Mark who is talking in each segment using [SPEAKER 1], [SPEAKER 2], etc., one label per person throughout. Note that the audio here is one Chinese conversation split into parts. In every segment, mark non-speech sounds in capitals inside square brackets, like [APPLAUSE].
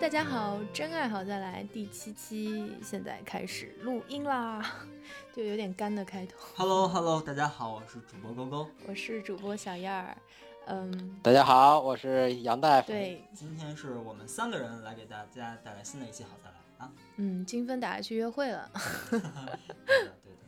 [SPEAKER 1] 大家好，真爱好再来第七期，现在开始录音啦， [LAUGHS] 就有点干的开头。
[SPEAKER 2] Hello Hello，大家好，我是主播勾勾，
[SPEAKER 1] 我是主播小燕儿，嗯，
[SPEAKER 3] 大家好，我是杨大夫。
[SPEAKER 1] 对，
[SPEAKER 2] 今天是我们三个人来给大家带来新的一期好再来
[SPEAKER 1] [LAUGHS]
[SPEAKER 2] 啊。
[SPEAKER 1] 嗯，金芬打算去约会了。 [LAUGHS]
[SPEAKER 2] 对的对的，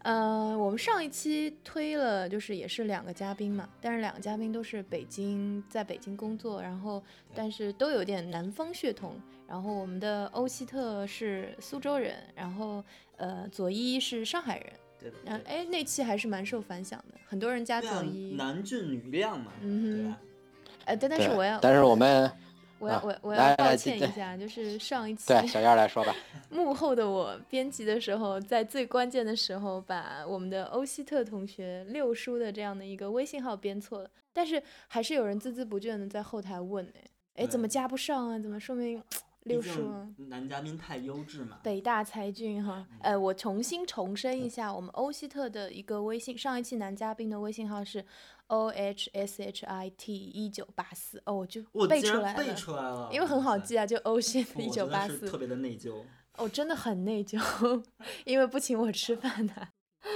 [SPEAKER 1] 呃，我们上一期推了，就是也是两个嘉宾嘛，但是两个嘉宾都是北京，在北京工作，然后但是都有点南方血统。然后我们的欧希特是苏州人，然后呃佐伊是上海人。
[SPEAKER 2] 对的。
[SPEAKER 1] 嗯，
[SPEAKER 2] 对
[SPEAKER 1] 哎，那期还是蛮受反响的，很多人加
[SPEAKER 2] 的对啊
[SPEAKER 1] 佐伊。
[SPEAKER 2] 男俊女靓嘛，
[SPEAKER 1] 嗯哼
[SPEAKER 2] 对吧？
[SPEAKER 1] 哎，但但
[SPEAKER 3] 对
[SPEAKER 1] 是我要，
[SPEAKER 3] 但是
[SPEAKER 1] [LAUGHS]
[SPEAKER 3] 我们
[SPEAKER 1] 我要
[SPEAKER 3] 啊
[SPEAKER 1] 我要我
[SPEAKER 3] 来
[SPEAKER 1] 要
[SPEAKER 3] 来
[SPEAKER 1] 道
[SPEAKER 3] 来
[SPEAKER 1] 歉
[SPEAKER 3] 对
[SPEAKER 1] 一下，就是上
[SPEAKER 3] [LAUGHS]
[SPEAKER 1] 一期
[SPEAKER 3] 对小燕儿来说吧，
[SPEAKER 1] [LAUGHS] 幕后的我编辑的时候，在最关键的时候把我们的欧希特同学六叔的这样的一个微信号编错了，但是还是有人孜孜不倦的在后台问哎哎怎么
[SPEAKER 2] 对
[SPEAKER 1] 加不上啊？怎么说明
[SPEAKER 2] 毕
[SPEAKER 1] 六叔啊？
[SPEAKER 2] 竟男嘉宾太优质嘛。
[SPEAKER 1] 北大才俊哈，
[SPEAKER 2] 嗯
[SPEAKER 1] 呃，我重新重申一下，我们欧希特的一个微信，上一期男嘉宾的微信号是 O H S H I T 一九八四，哦，我就
[SPEAKER 2] 我
[SPEAKER 1] 背
[SPEAKER 2] 竟
[SPEAKER 1] 出来
[SPEAKER 2] 然背
[SPEAKER 1] 了，
[SPEAKER 2] 出来了，
[SPEAKER 1] 因为很好
[SPEAKER 2] 哇塞
[SPEAKER 1] 记啊，就 O H
[SPEAKER 2] [LAUGHS] 我
[SPEAKER 1] 一
[SPEAKER 2] 真
[SPEAKER 1] 九八
[SPEAKER 2] 的是
[SPEAKER 1] 四
[SPEAKER 2] 特，别的内疚。
[SPEAKER 1] 哦，真的很内疚， [LAUGHS] 因为不请我吃饭的、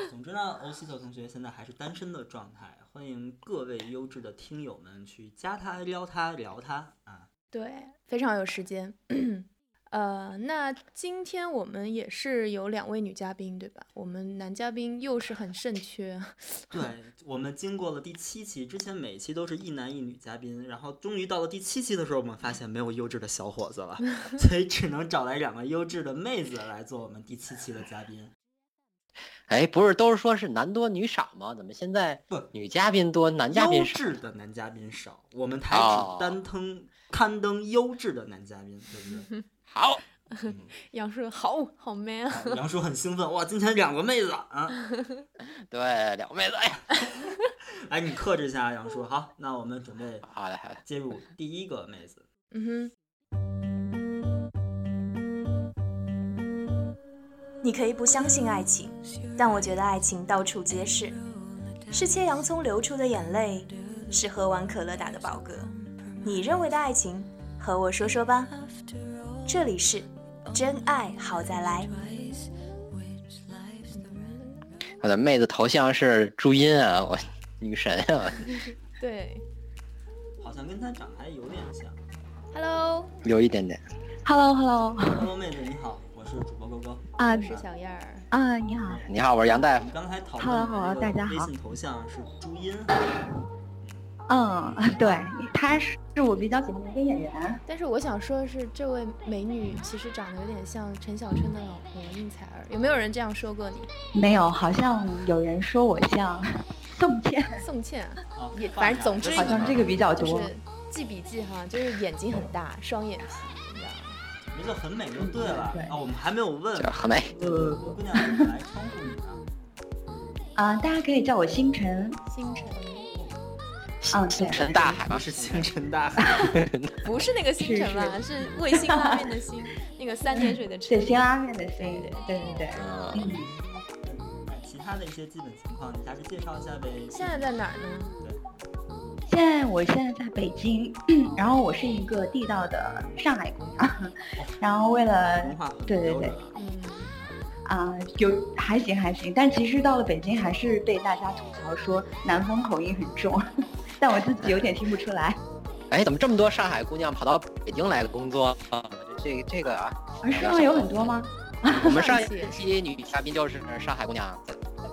[SPEAKER 2] 总之呢，欧西特同学现在还是单身的状态，欢迎各位优质的听友们去加他、撩他、聊他啊。
[SPEAKER 1] 对，非常有时间。呃，那今天我们也是有两位女嘉宾，对吧？我们男嘉宾又是很肾缺， [LAUGHS]
[SPEAKER 2] 对我们经过了第七期，之前每期都是一男一女嘉宾，然后终于到了第七期的时候，我们发现没有优质的小伙子了，所以只能找来两个优质的妹子来做我们第七期的嘉宾。
[SPEAKER 3] 哎，不是都是说是男多女少吗？怎么现在
[SPEAKER 2] 不
[SPEAKER 3] 女嘉宾多，男嘉
[SPEAKER 2] 优
[SPEAKER 3] 宾少？
[SPEAKER 2] 质的男嘉宾少，我们台只单登刊登优质的男嘉宾，对不对？
[SPEAKER 3] 好，
[SPEAKER 1] 杨顺好好 man 啊！
[SPEAKER 2] 哎杨叔很兴奋，哇，今天两个妹子啊！
[SPEAKER 3] 对，两位子，哎呀，
[SPEAKER 2] 哎，你克制一下，杨叔。好，那我们准备
[SPEAKER 3] 好嘞，好嘞，
[SPEAKER 2] 接入第一个妹子。
[SPEAKER 1] 嗯
[SPEAKER 4] 你可以不相信爱情，但我觉得爱情到处皆是，是切洋葱流出的眼泪，是喝完可乐打的饱嗝。你认为的爱情，和我说说吧。这里是真爱好再来。
[SPEAKER 3] 我的妹子头像是朱茵啊，我女神啊，
[SPEAKER 1] 哼，对
[SPEAKER 2] 好像跟她长得还有点像。
[SPEAKER 1] ，Hello，
[SPEAKER 3] 有一点点。
[SPEAKER 5] Hello Hello，
[SPEAKER 2] Hello，妹子你好，我是主播勾勾。
[SPEAKER 5] 啊
[SPEAKER 1] 我是小燕儿。
[SPEAKER 5] 啊，你好，
[SPEAKER 3] 你好，我是杨大
[SPEAKER 2] 我
[SPEAKER 3] 夫。
[SPEAKER 2] 们刚才讨
[SPEAKER 5] 哈喽
[SPEAKER 2] 论
[SPEAKER 5] 哈喽
[SPEAKER 2] 的
[SPEAKER 5] 大
[SPEAKER 2] 这
[SPEAKER 5] 家
[SPEAKER 2] 个
[SPEAKER 5] 好
[SPEAKER 2] 微信头像是朱茵，
[SPEAKER 5] 嗯，对，他是我比较喜欢的一个演员，
[SPEAKER 1] 但是我想说的是，这位美女其实长得有点像陈小春的老婆宁采儿。有没有人这样说过你？
[SPEAKER 5] 没有，好像有人说我像 [LAUGHS] 宋茜，
[SPEAKER 1] 宋茜啊，
[SPEAKER 2] 啊
[SPEAKER 1] 也，
[SPEAKER 2] 放
[SPEAKER 1] 反正总
[SPEAKER 2] 下
[SPEAKER 1] 之
[SPEAKER 5] 好像这个比较
[SPEAKER 1] 就
[SPEAKER 5] 多。
[SPEAKER 1] 是记笔记哈，就是眼睛很大，双眼皮，你知道吗？
[SPEAKER 2] 觉得很美就对了
[SPEAKER 5] 对
[SPEAKER 2] 啊。我们还没有问
[SPEAKER 3] 就是很 [LAUGHS] 美，
[SPEAKER 2] 呃姑娘怎么来称呼你啊？
[SPEAKER 5] 啊、大家可以叫我星辰。
[SPEAKER 1] 星辰
[SPEAKER 5] 嗯，对，
[SPEAKER 3] 深大海
[SPEAKER 2] 不
[SPEAKER 3] 吗？
[SPEAKER 2] 是星
[SPEAKER 3] 嗯
[SPEAKER 2] 辰大海，
[SPEAKER 1] 不是那个星辰吧？是卫星拉面的星， [LAUGHS] 那个三点水的
[SPEAKER 5] 对，
[SPEAKER 1] 辰。
[SPEAKER 5] 辛拉面的星，对对对，
[SPEAKER 3] 嗯，
[SPEAKER 5] 嗯，
[SPEAKER 2] 哎其他的一些基本情况，你大致介绍一下呗。
[SPEAKER 1] 现在在哪儿呢？
[SPEAKER 5] 现在我现在在北京，然后我是一个地道的上海姑娘，然后为了
[SPEAKER 2] 文化很
[SPEAKER 5] 对对
[SPEAKER 2] 标准
[SPEAKER 5] 对
[SPEAKER 2] 啊，
[SPEAKER 1] 嗯，
[SPEAKER 5] 啊、有还行还行，但其实到了北京还是被大家吐槽说南方口音很重， [LAUGHS] 但我自己有点听不出来。
[SPEAKER 3] 哎，怎么这么多上海姑娘跑到北京来工作啊？这这
[SPEAKER 1] [LAUGHS]
[SPEAKER 3] 个啊，
[SPEAKER 5] 啊，是吗？有很多吗？
[SPEAKER 3] 我们上一期女嘉宾就是上海姑娘，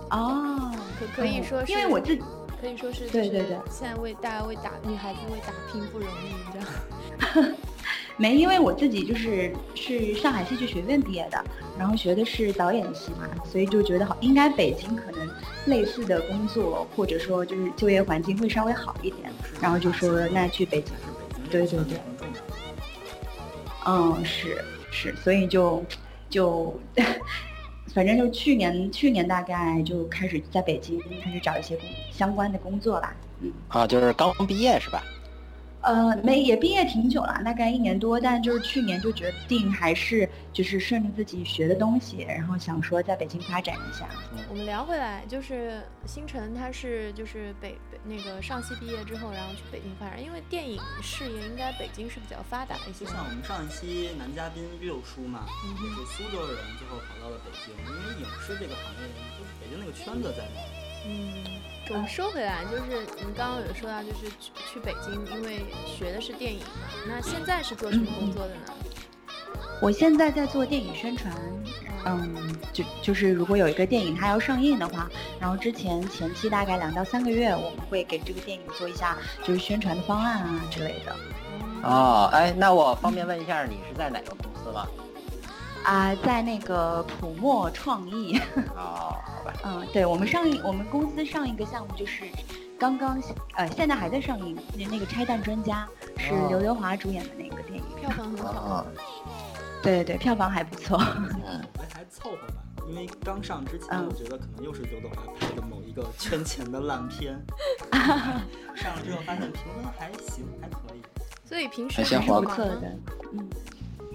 [SPEAKER 5] 哦，
[SPEAKER 1] 可可以说是，
[SPEAKER 5] 因为我自己
[SPEAKER 1] 可以说是，
[SPEAKER 5] 对对对，
[SPEAKER 1] 现在为大家为打女孩子为打拼不容易，你知道吗？
[SPEAKER 5] 没，因为我自己就是是上海戏剧学院毕业的，然后学的是导演系嘛，所以就觉得好，应该北京可能类似的工作或者说就是就业环境会稍微好一点，然后就说那去北京。
[SPEAKER 2] 是北京
[SPEAKER 5] 对
[SPEAKER 2] 这个
[SPEAKER 5] 对对
[SPEAKER 2] 城市很重要。
[SPEAKER 5] 嗯，是是，所以就就反正就去年去年大概就开始在北京开始找一些工相关的工作吧。嗯，
[SPEAKER 3] 啊，就是刚毕业是吧？
[SPEAKER 5] 呃，没也毕业挺久了，大概一年多，但就是去年就决定还是就是顺着自己学的东西，然后想说在北京发展一下。
[SPEAKER 1] 我们聊回来，就是星辰他是就是北北那个上戏毕业之后，然后去北京发展，因为电影事业应该北京是比较发达一些
[SPEAKER 2] 就。像我们上一期男嘉宾 real 叔嘛，
[SPEAKER 1] 嗯
[SPEAKER 2] 也是苏州人，最后跑到了北京，因为影视这个行业，就是北京那个圈子在那儿。
[SPEAKER 1] 嗯，我们说回来，就是您刚刚有说到，就是去去北京，因为学的是电影嘛。那现在是做什么工作的呢？
[SPEAKER 5] 我现在在做电影宣传，嗯，就就是如果有一个电影它要上映的话，然后之前前期大概两到三个月，我们会给这个电影做一下就是宣传的方案啊之类的。
[SPEAKER 3] 哦，哎，那我方便问一下，你是在哪个公司吗？
[SPEAKER 5] 啊、在那个普墨创意，
[SPEAKER 3] 哦，好吧，
[SPEAKER 5] 嗯，对我们上一我们公司上一个项目就是刚刚呃现在还在上映，那那个《拆弹专家》是
[SPEAKER 3] 哦
[SPEAKER 5] 刘德华主演的那个电影，
[SPEAKER 1] 票房很好，
[SPEAKER 3] 哦，
[SPEAKER 5] 对对对，票房还不错。
[SPEAKER 3] 嗯，
[SPEAKER 2] 哎，还凑合吧。因为刚上之前，
[SPEAKER 5] 嗯
[SPEAKER 2] 我觉得可能又是刘德华拍的某一个圈钱的烂 [LAUGHS] 片，上了之后发现评分还行，还可以。
[SPEAKER 1] 所以平时
[SPEAKER 3] 还行
[SPEAKER 1] 还是
[SPEAKER 3] 我
[SPEAKER 1] 忙
[SPEAKER 5] 课
[SPEAKER 1] 吗
[SPEAKER 5] 的，嗯，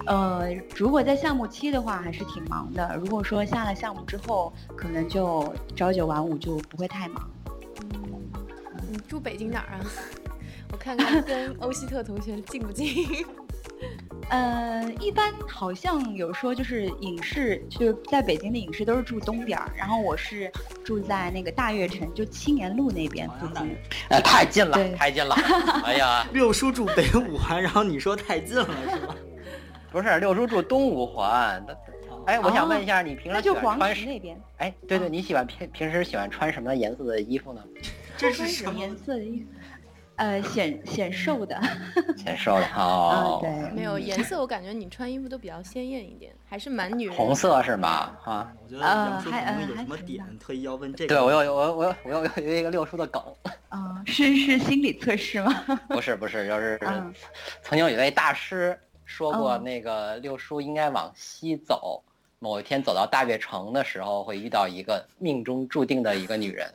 [SPEAKER 5] 呃，如果在项目期的话，还是挺忙的。如果说下了项目之后，可能就朝九晚五，就不会太忙。
[SPEAKER 1] 嗯，你住北京哪儿啊？ [LAUGHS] 我看看跟欧希特同学近不近。 [LAUGHS]
[SPEAKER 5] 呃，一般好像有说就是影视，就是在北京的影视都是住东边儿，然后我是住在那个大悦城，就青年路那边
[SPEAKER 2] 朝
[SPEAKER 5] 附
[SPEAKER 2] 阳大
[SPEAKER 5] 近
[SPEAKER 2] 悦。
[SPEAKER 3] 哎，太近了
[SPEAKER 5] 对，
[SPEAKER 3] 太近
[SPEAKER 5] [LAUGHS]
[SPEAKER 3] 了。哎呀，
[SPEAKER 2] 六叔住北五环，然后你说太近了是吧？
[SPEAKER 3] 不是，六叔住东五环。那哎，我想问一下，你平
[SPEAKER 5] 哦
[SPEAKER 3] 时
[SPEAKER 5] 那
[SPEAKER 3] 喜
[SPEAKER 5] 就
[SPEAKER 3] 欢
[SPEAKER 5] 黄
[SPEAKER 3] 穿
[SPEAKER 5] 石
[SPEAKER 3] 什？
[SPEAKER 5] 那嗯边，
[SPEAKER 3] 哎，对对，你喜欢平平时喜欢穿什么颜色的衣服呢？
[SPEAKER 2] [LAUGHS] 这是
[SPEAKER 5] 穿什
[SPEAKER 2] 什
[SPEAKER 5] 么
[SPEAKER 2] 么
[SPEAKER 5] 颜？色的衣服？呃，显显瘦的，
[SPEAKER 1] 嗯
[SPEAKER 3] 显瘦的
[SPEAKER 5] 啊，
[SPEAKER 3] 哦，
[SPEAKER 5] 对，
[SPEAKER 1] 没有颜色，我感觉你穿衣服都比较鲜艳一点，还是蛮女人。
[SPEAKER 3] 红。色是吗？啊，
[SPEAKER 2] 我觉得杨叔可
[SPEAKER 5] 呃还
[SPEAKER 2] 能有
[SPEAKER 5] 呃
[SPEAKER 2] 什么
[SPEAKER 5] 还行吧
[SPEAKER 2] 点特意要问这个。
[SPEAKER 3] 对我有我我我有有一个六叔的梗，
[SPEAKER 5] [LAUGHS] 啊、是是心理测试吗？ [LAUGHS]
[SPEAKER 3] [LAUGHS] 不是不是，就是
[SPEAKER 5] 嗯
[SPEAKER 3] [LAUGHS] 曾经有一位大师说过，
[SPEAKER 5] 嗯
[SPEAKER 3] 那个六叔应该往西走，某一天走到大悦城的时候，会遇到一个命中注定的一个女人。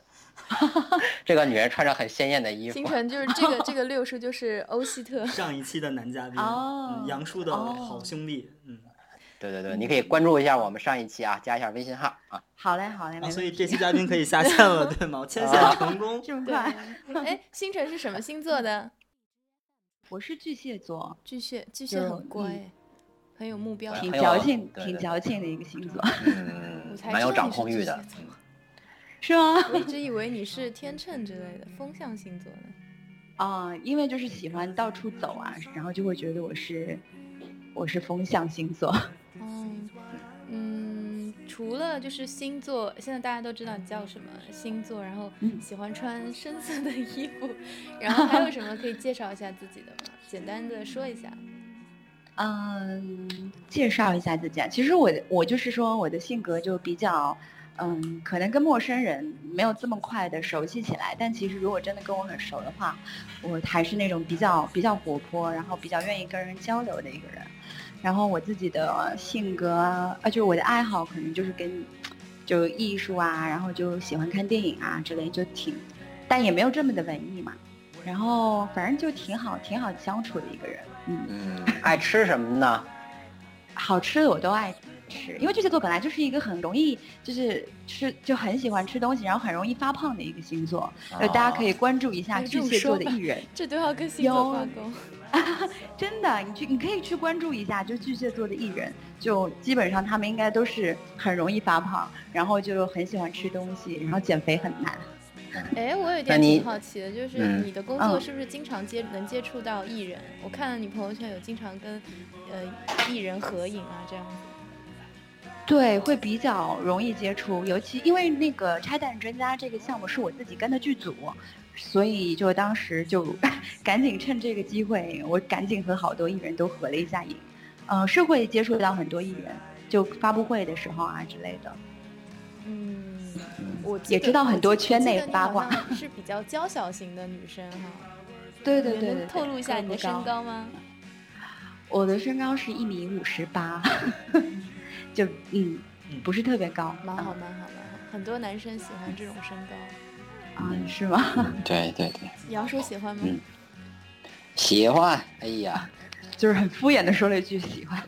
[SPEAKER 3] 这个女人穿着很鲜艳的衣
[SPEAKER 1] 星
[SPEAKER 3] 服，
[SPEAKER 1] 辰就是这个这个六叔就是欧希特，
[SPEAKER 2] 上一期的男嘉宾，
[SPEAKER 5] 哦
[SPEAKER 2] 嗯杨叔的
[SPEAKER 5] 哦
[SPEAKER 2] 好兄弟，嗯，
[SPEAKER 3] 对对对，你可以关注一下我们上一期啊，加一下微信号啊。
[SPEAKER 5] 好嘞，好嘞，没
[SPEAKER 2] 啊，
[SPEAKER 5] 问
[SPEAKER 2] 所
[SPEAKER 5] 题。
[SPEAKER 2] 以这期嘉宾可以下线 [LAUGHS] 了，对吗？牵线成 [LAUGHS] 功。
[SPEAKER 5] [LAUGHS] 这么
[SPEAKER 1] 对
[SPEAKER 5] 快？。
[SPEAKER 1] 哎，星辰是什么星座的？
[SPEAKER 5] 我是巨蟹座，
[SPEAKER 1] 巨蟹，巨蟹
[SPEAKER 5] 就
[SPEAKER 1] 很乖
[SPEAKER 5] 嗯
[SPEAKER 1] 哎，很有目标。
[SPEAKER 3] 哎
[SPEAKER 5] 挺
[SPEAKER 3] 很有
[SPEAKER 5] 矫情，
[SPEAKER 3] 对
[SPEAKER 5] 挺
[SPEAKER 3] 对
[SPEAKER 5] 矫情的一个星座，
[SPEAKER 3] 嗯
[SPEAKER 1] 我
[SPEAKER 3] [LAUGHS]
[SPEAKER 1] 才，
[SPEAKER 3] 蛮
[SPEAKER 1] 知
[SPEAKER 3] 有
[SPEAKER 1] 道
[SPEAKER 3] 掌
[SPEAKER 1] 你是
[SPEAKER 3] 控
[SPEAKER 1] 巨
[SPEAKER 3] 欲
[SPEAKER 1] 蟹
[SPEAKER 3] 的
[SPEAKER 1] 座。
[SPEAKER 3] 嗯
[SPEAKER 5] [LAUGHS] 是吗？
[SPEAKER 1] 我一直以为你是天秤之类的风象星座的。
[SPEAKER 5] 啊、因为就是喜欢到处走啊，然后就会觉得我是我是风象星座。
[SPEAKER 1] 嗯嗯，除了就是星座，现在大家都知道你叫什么星座，然后
[SPEAKER 5] 嗯
[SPEAKER 1] 喜欢穿深色的衣服，然后还有什么可以介绍一下自己的吗？简单的说一下。
[SPEAKER 5] 嗯，介绍一下自己啊。其实我的我就是说我的性格就比较，嗯，可能跟陌生人没有这么快的熟悉起来。但其实如果真的跟我很熟的话，我还是那种比较比较活泼，然后比较愿意跟人交流的一个人。然后我自己的性格啊，就是我的爱好可能就是跟就艺术啊，然后就喜欢看电影啊之类，就挺，但也没有这么的文艺嘛。然后反正就挺好，挺好相处的一个人，嗯。
[SPEAKER 3] 嗯，爱吃什么呢？
[SPEAKER 5] 好吃的我都爱吃，因为巨蟹座本来就是一个很容易就是吃就很喜欢吃东西，然后很容易发胖的一个星座，
[SPEAKER 3] 啊
[SPEAKER 5] 呃，大家可以关注一下
[SPEAKER 1] 哦有这
[SPEAKER 5] 巨
[SPEAKER 1] 种
[SPEAKER 5] 蟹座
[SPEAKER 1] 说
[SPEAKER 5] 的
[SPEAKER 1] 法
[SPEAKER 5] 艺人，
[SPEAKER 1] 这都要跟星座挂钩。
[SPEAKER 5] 真的，你去你可以去关注一下，就巨蟹座的艺人，就基本上他们应该都是很容易发胖，然后就很喜欢吃东西，然后减肥很难。
[SPEAKER 1] 哎，我有一
[SPEAKER 3] 那
[SPEAKER 1] 点
[SPEAKER 3] 你
[SPEAKER 1] 挺好奇的，就是
[SPEAKER 3] 嗯
[SPEAKER 1] 你的工作
[SPEAKER 5] 嗯
[SPEAKER 1] 是不是经常接能接触到艺人？我看你朋友圈有经常跟呃艺人合影啊，这样子。
[SPEAKER 5] 对，会比较容易接触，尤其因为那个拆弹专家这个项目是我自己跟的剧组，所以就当时就 [LAUGHS] 赶紧趁这个机会，我赶紧和好多艺人都合了一下影，嗯、是会接触到很多艺人，就发布会的时候啊之类的。
[SPEAKER 1] 嗯，我记
[SPEAKER 5] 也
[SPEAKER 1] 得
[SPEAKER 5] 知道很多
[SPEAKER 1] 我记得
[SPEAKER 5] 圈内
[SPEAKER 1] 我记得你
[SPEAKER 5] 八
[SPEAKER 1] 好
[SPEAKER 5] 卦 [LAUGHS]
[SPEAKER 1] 像是比较娇小型的女生哈。
[SPEAKER 5] 对对对
[SPEAKER 1] 你
[SPEAKER 5] 对，
[SPEAKER 1] 能透露一下
[SPEAKER 5] 个嗯
[SPEAKER 1] 你
[SPEAKER 5] 不
[SPEAKER 1] 的身高吗？
[SPEAKER 5] 我的身高是一米五十八， [LAUGHS] 就嗯
[SPEAKER 2] 嗯，
[SPEAKER 5] 不是特别高，
[SPEAKER 1] 蛮好，蛮好，蛮好。很多男生喜欢这种身高，
[SPEAKER 5] 啊，是吗？ [LAUGHS]
[SPEAKER 3] 对对对，
[SPEAKER 1] 杨叔喜欢吗？
[SPEAKER 3] 嗯喜欢，哎呀，
[SPEAKER 5] 就是很敷衍的说了一句喜欢。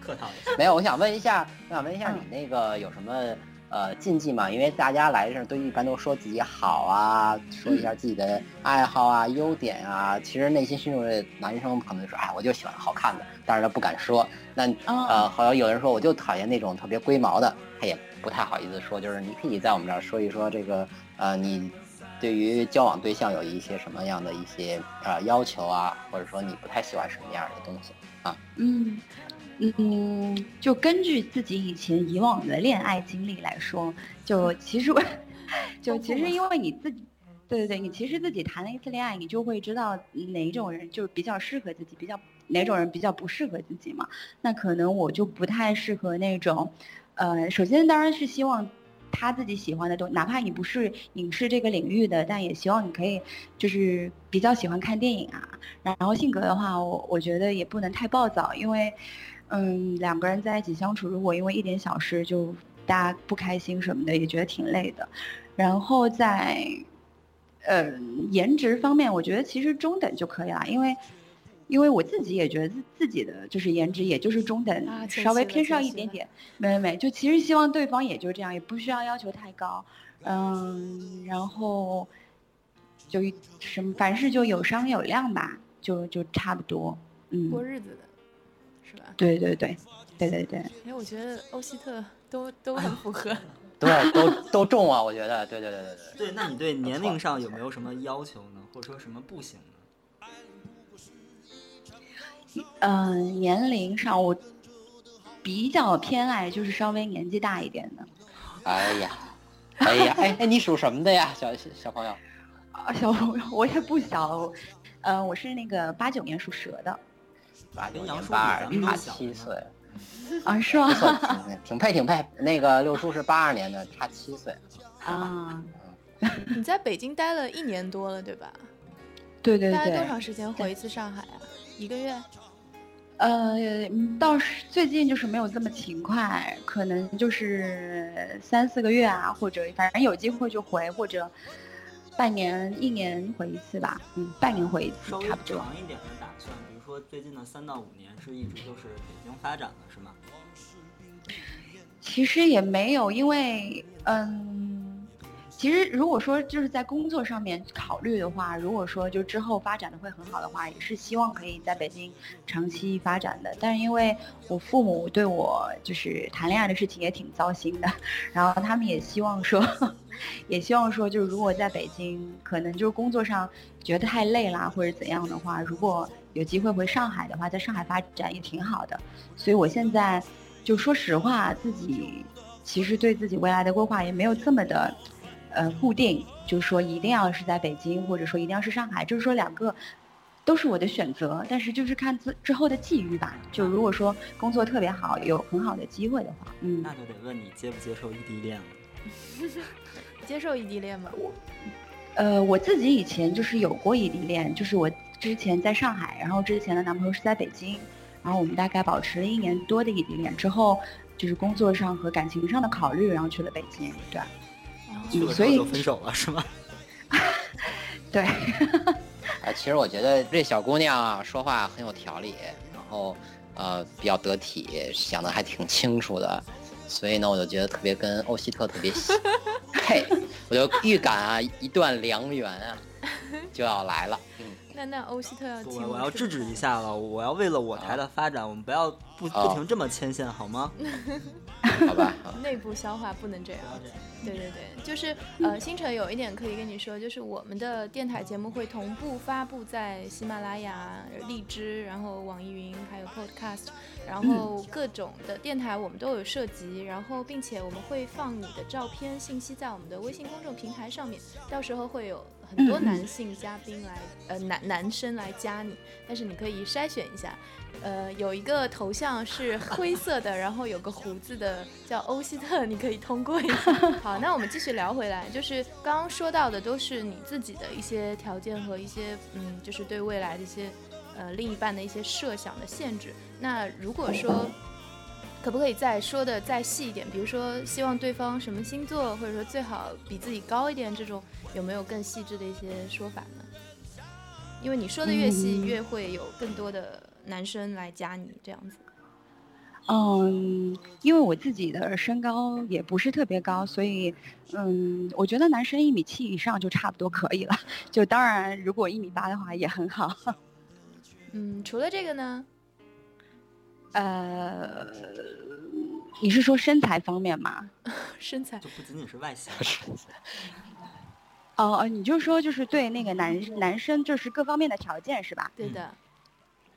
[SPEAKER 2] 客套一下。
[SPEAKER 3] 没有，我想问一下，我想问一下
[SPEAKER 5] 嗯
[SPEAKER 3] 你那个有什么呃禁忌吗？因为大家来这儿都一般都说自己好啊，说一下自己的爱好啊、优点啊。其实内心深处的男生可能就说，哎，我就喜欢好看的，但是他不敢说。那
[SPEAKER 1] 嗯
[SPEAKER 3] 呃，好像有人说我就讨厌那种特别龟毛的，他也不太好意思说。就是你可以在我们这儿说一说这个呃，你对于交往对象有一些什么样的一些呃要求啊，或者说你不太喜欢什么样的东西。
[SPEAKER 5] 嗯嗯，就根据自己以前以往的恋爱经历来说，就其实我，就其实因为你自己，对对对，你其实自己谈了一次恋爱，你就会知道哪一种人就比较适合自己，比较哪种人比较不适合自己嘛。那可能我就不太适合那种，呃，首先当然是希望。他自己喜欢的东，哪怕你不是影视这个领域的，但也希望你可以，就是比较喜欢看电影啊，然后性格的话，我我觉得也不能太暴躁，因为，嗯，两个人在一起相处，如果因为一点小事就大家不开心什么的，也觉得挺累的。然后在，呃，颜值方面，我觉得其实中等就可以了，因为。因为我自己也觉得自自己的就是颜值，也就是中等，
[SPEAKER 1] 啊谦
[SPEAKER 5] 稍微
[SPEAKER 1] 虚了
[SPEAKER 5] 偏上
[SPEAKER 1] 谦
[SPEAKER 5] 一
[SPEAKER 1] 虚
[SPEAKER 5] 点
[SPEAKER 1] 了
[SPEAKER 5] 点。没没没，就其实希望对方也就这样，也不需要要求太高。嗯，然后就什么，凡事就有商有量吧，就就差不多。嗯，
[SPEAKER 1] 过日子的，是吧？
[SPEAKER 5] 对对对，对对对，
[SPEAKER 1] 哎，我觉得欧希特都都
[SPEAKER 5] 啊
[SPEAKER 1] 很符合。
[SPEAKER 3] 对，都都中啊，我觉得，对对对对对。
[SPEAKER 2] 对，那你对年龄上有没有什么要求呢？或者说什么不行呢？
[SPEAKER 5] 嗯、年龄上我比较偏爱就是稍微年纪大一点的。
[SPEAKER 3] 哎呀，哎呀，哎哎，你属什么的呀，小小小朋友？
[SPEAKER 5] 啊，小朋友，我也不小了，我呃，我是那个八九年属蛇的
[SPEAKER 3] 八九
[SPEAKER 2] 跟杨
[SPEAKER 3] 年
[SPEAKER 2] 叔
[SPEAKER 3] 啊八二，
[SPEAKER 2] 比咱们
[SPEAKER 3] 差
[SPEAKER 2] 都小
[SPEAKER 3] 七
[SPEAKER 2] 呢
[SPEAKER 3] 岁，
[SPEAKER 5] 啊，是
[SPEAKER 3] 不
[SPEAKER 5] 吗？
[SPEAKER 3] 错，挺 [LAUGHS] 挺配挺配。那个六叔是八二年的，差七岁。
[SPEAKER 5] 啊，
[SPEAKER 1] 你在北京待了一年多了，对吧？
[SPEAKER 5] 对对
[SPEAKER 1] 待
[SPEAKER 5] 对
[SPEAKER 1] 了多，长时间回一次上海啊？一个月？
[SPEAKER 5] 呃，嗯倒是最近就是没有这么勤快，可能就是三四个月啊，或者反正有机会就回，或者半年、一年回一次吧，嗯，半年回一次
[SPEAKER 2] 稍微
[SPEAKER 5] 差不多。
[SPEAKER 2] 长一点的打算，比如说最近的三到五年是一直都是北京发展的，是吗？
[SPEAKER 5] 其实也没有，因为嗯，其实如果说就是在工作上面考虑的话，如果说就之后发展的会很好的话，也是希望可以在北京长期发展的。但是因为我父母对我就是谈恋爱的事情也挺糟心的，然后他们也希望说， [LAUGHS] 也希望说就是如果在北京，可能就是工作上觉得太累啦或者怎样的话，如果有机会回上海的话，在上海发展也挺好的。所以我现在就说实话，自己其实对自己未来的规划也没有这么的，呃，固定，就是说一定要是在北京，或者说一定要是上海，就是说两个都是我的选择，但是就是看之之后的际遇吧。就如果说工作特别好，有很好的机会的话，嗯，
[SPEAKER 2] 那就得问你接不接受异地恋了。
[SPEAKER 1] 接受异地恋吗？
[SPEAKER 5] 呃，我自己以前就是有过异地恋，就是我之前在上海，然后之前的男朋友是在北京，然后我们大概保持了一年多的异地恋之后。就是工作上和感情上的考虑，然后去了北京，对。
[SPEAKER 1] 哦
[SPEAKER 2] 去了之
[SPEAKER 5] 所
[SPEAKER 2] 后
[SPEAKER 5] 以
[SPEAKER 2] 就分手了，是吗？
[SPEAKER 5] 对，
[SPEAKER 3] 哎，其实我觉得这小姑娘啊，说话很有条理，然后呃比较得体，想的还挺清楚的，所以呢，我就觉得特别跟欧希特特别喜配，我就预感啊，一段良缘啊就要来了。嗯，
[SPEAKER 1] 那那欧希特要
[SPEAKER 2] 不
[SPEAKER 1] 请
[SPEAKER 2] 我我要
[SPEAKER 1] 吃
[SPEAKER 2] 制止一下了，我要为了我台的发展，我们不要不不
[SPEAKER 3] 啊
[SPEAKER 2] 停这么牵线，好吗？
[SPEAKER 3] 好吧，啊
[SPEAKER 1] 饭，内部消化不能这样
[SPEAKER 2] 不。要
[SPEAKER 5] 啊
[SPEAKER 2] 这样。
[SPEAKER 1] 对对对，就是呃，
[SPEAKER 5] 嗯
[SPEAKER 1] 星辰有一点可以跟你说，就是我们的电台节目会同步发布在喜马拉雅、荔枝，然后网易云，还有 Podcast，然
[SPEAKER 5] 嗯
[SPEAKER 1] 后各种的电台我们都有涉及，然后并且我们会放你的照片信息在我们的微信公众平台上面，到时候会有很多
[SPEAKER 5] 嗯嗯
[SPEAKER 1] 男性嘉宾来，呃，男男生来加你，但是你可以筛选一下，呃，有一个头像是灰色的，然后有个胡子的，叫欧希特，你可以通过一
[SPEAKER 5] [LAUGHS]
[SPEAKER 1] 下。好，那我们继续聊回来，就是刚刚说到的都是你自己的一些条件和一些，嗯，就是对未来的一些，呃，另一半的一些设想的限制。那如果说，可不可以再说的再细一点？比如说，希望对方什么星座，或者说最好比自己高一点，这种有没有更细致的一些说法呢？因为你说的越细，越会有更多的男生来加你这样子。
[SPEAKER 5] 嗯，因为我自己的身高也不是特别高，所以，嗯，我觉得男生一米七以上就差不多可以了。就当然，如果一米八的话也很好。
[SPEAKER 1] 嗯，除了这个呢， [LAUGHS]
[SPEAKER 5] 呃，你是说身材方面吗？
[SPEAKER 1] 身材
[SPEAKER 2] 就不仅仅是外
[SPEAKER 5] [LAUGHS]
[SPEAKER 2] 形，
[SPEAKER 5] 哦哦，你就说就是对那个男男生就是各方面的条件是吧？
[SPEAKER 1] 对的，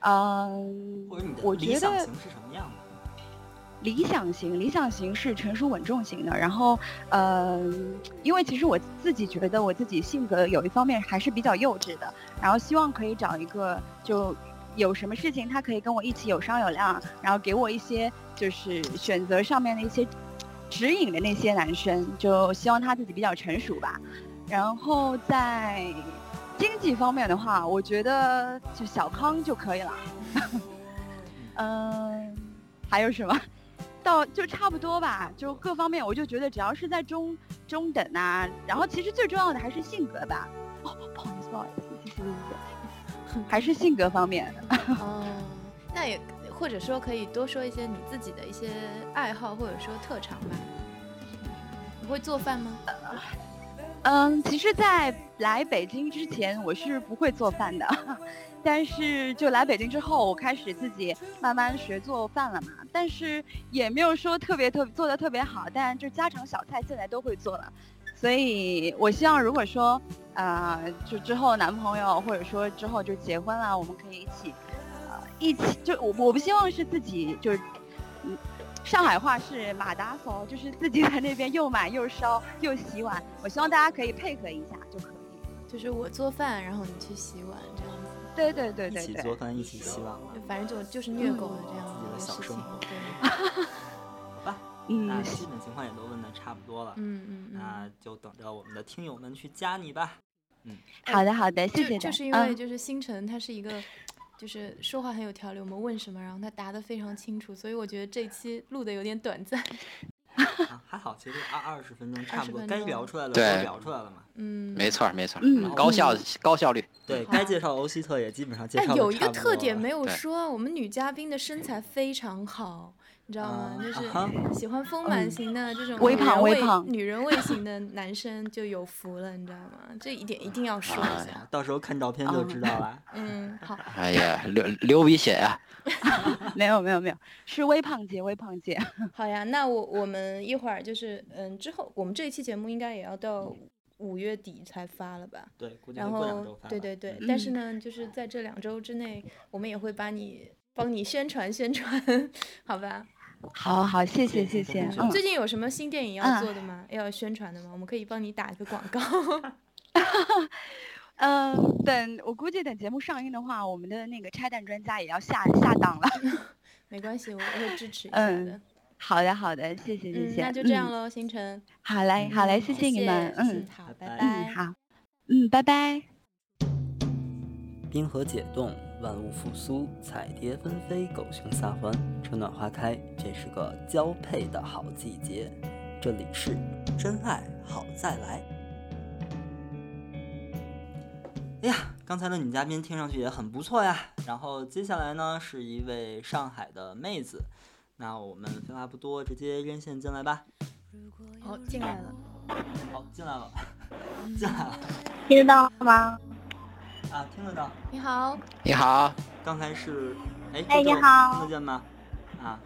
[SPEAKER 5] 嗯
[SPEAKER 2] 或者你，的
[SPEAKER 5] 我
[SPEAKER 2] 理
[SPEAKER 5] 觉
[SPEAKER 2] 想
[SPEAKER 5] 得
[SPEAKER 2] 型是什么样的？
[SPEAKER 5] 理想型，理想型是成熟稳重型的。然后，呃，因为其实我自己觉得我自己性格有一方面还是比较幼稚的，然后希望可以找一个就有什么事情他可以跟我一起有商有量，然后给我一些就是选择上面的一些指引的那些男生，就希望他自己比较成熟吧。然后在经济方面的话，我觉得就小康就可以了。 [LAUGHS] 嗯、还有什么？到就差不多吧，就各方面，我就觉得只要是在中中等啊，然后其实最重要的还是性格吧。哦，不好意思，不好意思，谢谢谢谢，还是性格方面。
[SPEAKER 1] 哦，那也或者说可以多说一些你自己的一些爱好或者说特长吧。你会做饭吗？
[SPEAKER 5] 嗯，其实，在来北京之前，我是不会做饭的， [LAUGHS] 但是就来北京之后，我开始自己慢慢学做饭了嘛。但是也没有说特别特做的特别好，但就家常小菜现在都会做了。所以我希望，如果说，呃，就之后男朋友或者说之后就结婚了，我们可以一起，呃，一起就我我不希望是自己就是，嗯，上海话是马达烧，就是自己在那边又买又烧又洗碗。我希望大家可以配合一下就可以。
[SPEAKER 1] 就是我做饭，然后你去洗碗这样子，
[SPEAKER 5] 对对对
[SPEAKER 2] 一
[SPEAKER 5] 对
[SPEAKER 2] 起做
[SPEAKER 5] 对，
[SPEAKER 2] 饭，一起洗碗了，
[SPEAKER 1] 反正就就是虐狗的这样
[SPEAKER 2] 自己的
[SPEAKER 1] 子
[SPEAKER 2] 嗯小
[SPEAKER 1] 事
[SPEAKER 2] 生
[SPEAKER 1] 情
[SPEAKER 5] [LAUGHS]
[SPEAKER 2] 活。
[SPEAKER 1] 对，
[SPEAKER 2] 好吧？那
[SPEAKER 5] 嗯，
[SPEAKER 2] 基本情况也都问的差不多了，
[SPEAKER 1] 嗯嗯嗯。
[SPEAKER 2] 那就等着我们的听友们去加你吧。
[SPEAKER 5] 好的好的，谢
[SPEAKER 1] 就
[SPEAKER 5] 谢大家。
[SPEAKER 1] 就是因
[SPEAKER 5] 嗯
[SPEAKER 1] 为就是星辰他是一个，就是说话很有条理，我们问什么，然后他答得非常清楚，所以我觉得这期录的有点短暂。
[SPEAKER 2] 啊，还好，其实二二十分钟差不多，
[SPEAKER 1] 20分
[SPEAKER 2] 该
[SPEAKER 1] 钟
[SPEAKER 2] 聊出来的都
[SPEAKER 3] 对
[SPEAKER 2] 聊出来了嘛。
[SPEAKER 1] 嗯，
[SPEAKER 3] 没错儿没错儿，
[SPEAKER 5] 嗯
[SPEAKER 3] 高效高效率，
[SPEAKER 2] 对
[SPEAKER 1] 好
[SPEAKER 2] 该介绍欧希特也基本上介绍
[SPEAKER 1] 但
[SPEAKER 2] 得
[SPEAKER 1] 有一
[SPEAKER 2] 差
[SPEAKER 1] 个
[SPEAKER 2] 不
[SPEAKER 1] 特
[SPEAKER 2] 多
[SPEAKER 1] 点
[SPEAKER 2] 了
[SPEAKER 1] 没有
[SPEAKER 3] 对
[SPEAKER 1] 说，我们女嘉宾的身材非常好，你知道吗？
[SPEAKER 2] 啊
[SPEAKER 1] 就
[SPEAKER 2] 啊哈
[SPEAKER 1] 是喜欢丰满型的这种
[SPEAKER 5] 嗯微
[SPEAKER 1] 女人
[SPEAKER 5] 胖微
[SPEAKER 1] 味
[SPEAKER 5] 胖
[SPEAKER 1] 女人味型的男生就有福了，你知道吗？这一点一定要说一下。
[SPEAKER 2] 到时候看照片
[SPEAKER 1] 哦
[SPEAKER 2] 就知道了。
[SPEAKER 1] 嗯，好，
[SPEAKER 3] 哎呀，流流鼻血啊！
[SPEAKER 5] 没有没有没有，是微胖姐微
[SPEAKER 1] [LAUGHS]
[SPEAKER 5] 胖姐。
[SPEAKER 1] 好呀。那我我们一会儿就是，嗯，之后我们这一期节目应该也要到
[SPEAKER 2] 嗯
[SPEAKER 1] 五月底才发了吧？
[SPEAKER 2] 对，估计会
[SPEAKER 1] 然
[SPEAKER 2] 过两周
[SPEAKER 1] 后
[SPEAKER 2] 发吧。
[SPEAKER 1] 对对对，
[SPEAKER 2] 嗯
[SPEAKER 1] 但是呢，就是在这两周之内，我们也会把你帮你宣传宣传， [LAUGHS] 好吧？
[SPEAKER 5] 好好，谢
[SPEAKER 2] 谢
[SPEAKER 5] 谢
[SPEAKER 2] 谢
[SPEAKER 5] 谢谢。
[SPEAKER 2] 谢谢
[SPEAKER 5] 嗯，
[SPEAKER 1] 最近有什么新电影要
[SPEAKER 5] 嗯
[SPEAKER 1] 做的吗？要宣传的吗？我们可以帮你打一个广
[SPEAKER 2] [LAUGHS]
[SPEAKER 1] 告。 [LAUGHS]
[SPEAKER 5] 嗯，等我估计等节目上映的话，我们的那个拆弹专家也要下下档了。 [LAUGHS]
[SPEAKER 1] 没关系，我我会支持一下
[SPEAKER 5] 嗯
[SPEAKER 1] 的。
[SPEAKER 5] 好的好的，谢谢谢
[SPEAKER 1] 嗯，
[SPEAKER 5] 谢。
[SPEAKER 1] 那就这样
[SPEAKER 5] 嗯。
[SPEAKER 1] 喽，星辰。
[SPEAKER 5] 好嘞好嘞，谢
[SPEAKER 1] 谢
[SPEAKER 5] 你们。
[SPEAKER 1] 嗯
[SPEAKER 5] 嗯，
[SPEAKER 1] 好，
[SPEAKER 2] 拜
[SPEAKER 1] 拜
[SPEAKER 2] 拜
[SPEAKER 5] 嗯好，嗯拜拜。
[SPEAKER 2] 冰河解冻，万物复苏，彩蝶纷飞，狗熊撒欢，春暖花开，这是个交配的好季节。这里是真爱好再来。哎呀，刚才的女嘉宾听上去也很不错呀。然后接下来呢，是一位上海的妹子。那我们废话不多，直接扔线进来吧。
[SPEAKER 1] 好，进来了。
[SPEAKER 2] 好，进来了，进来了
[SPEAKER 5] 听得到吗？
[SPEAKER 2] 啊，听得到。
[SPEAKER 1] 你好，
[SPEAKER 3] 你好， [LAUGHS]
[SPEAKER 2] 刚才是，哎，
[SPEAKER 5] 哎
[SPEAKER 2] 周周
[SPEAKER 5] 你好
[SPEAKER 2] 听得见吗？啊，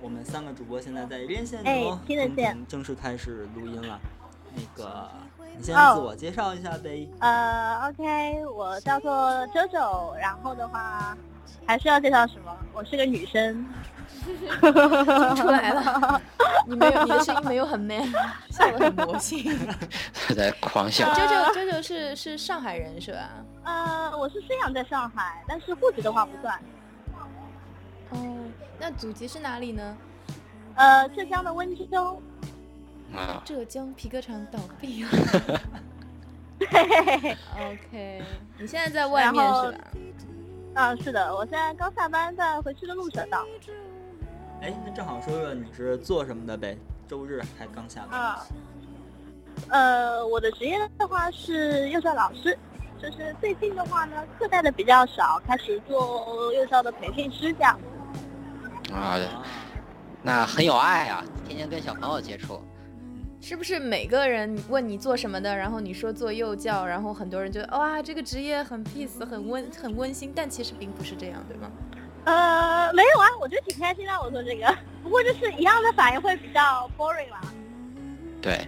[SPEAKER 2] 我们三个主播现在在连线
[SPEAKER 5] 哎
[SPEAKER 2] 直播，
[SPEAKER 5] 听得见，
[SPEAKER 2] 正式开始录音了。那个，你先
[SPEAKER 5] 哦
[SPEAKER 2] 自我介绍一下呗。
[SPEAKER 5] 呃，OK，我叫做周周，然后的话，还是要介绍什么？我是个女生，
[SPEAKER 1] 听出来了， [LAUGHS] 你没有，你的声音没有很 man，笑 [LAUGHS] 得很魔 [LAUGHS] 性。
[SPEAKER 3] 在狂笑。
[SPEAKER 1] 舅舅，舅舅是是上海人是吧？
[SPEAKER 5] 呃，我是生养在上海，但是户籍的话不算，
[SPEAKER 1] 哦，那祖籍是哪里呢？
[SPEAKER 5] 呃，浙江的温州， [LAUGHS]
[SPEAKER 3] 啊，
[SPEAKER 1] 浙江皮革厂倒闭 [LAUGHS] 了。OK，你 [LAUGHS] 现在在外面
[SPEAKER 5] 然后
[SPEAKER 1] 是吧？
[SPEAKER 5] 嗯、是的，我现在刚下班，在回去的路上到，
[SPEAKER 2] 哎，那正好说说你是做什么的呗？周日还刚下班。
[SPEAKER 5] 啊、呃，我的职业的话是幼教老师，就是最近的话呢，课带的比较少，开始做幼教的培训师这样。
[SPEAKER 3] 啊，
[SPEAKER 5] 呃
[SPEAKER 3] 那很有爱啊，天天跟小朋友接触。
[SPEAKER 1] 是不是每个人问你做什么的，然后你说做幼教，然后很多人觉得哇，这个职业很 peace，很温很温馨，但其实并不是这样，对吗？
[SPEAKER 5] 呃，没有啊，我觉得挺开心的。我做这个， [LAUGHS] 不过就是一样的反应会比较 boring 啦。
[SPEAKER 3] 对，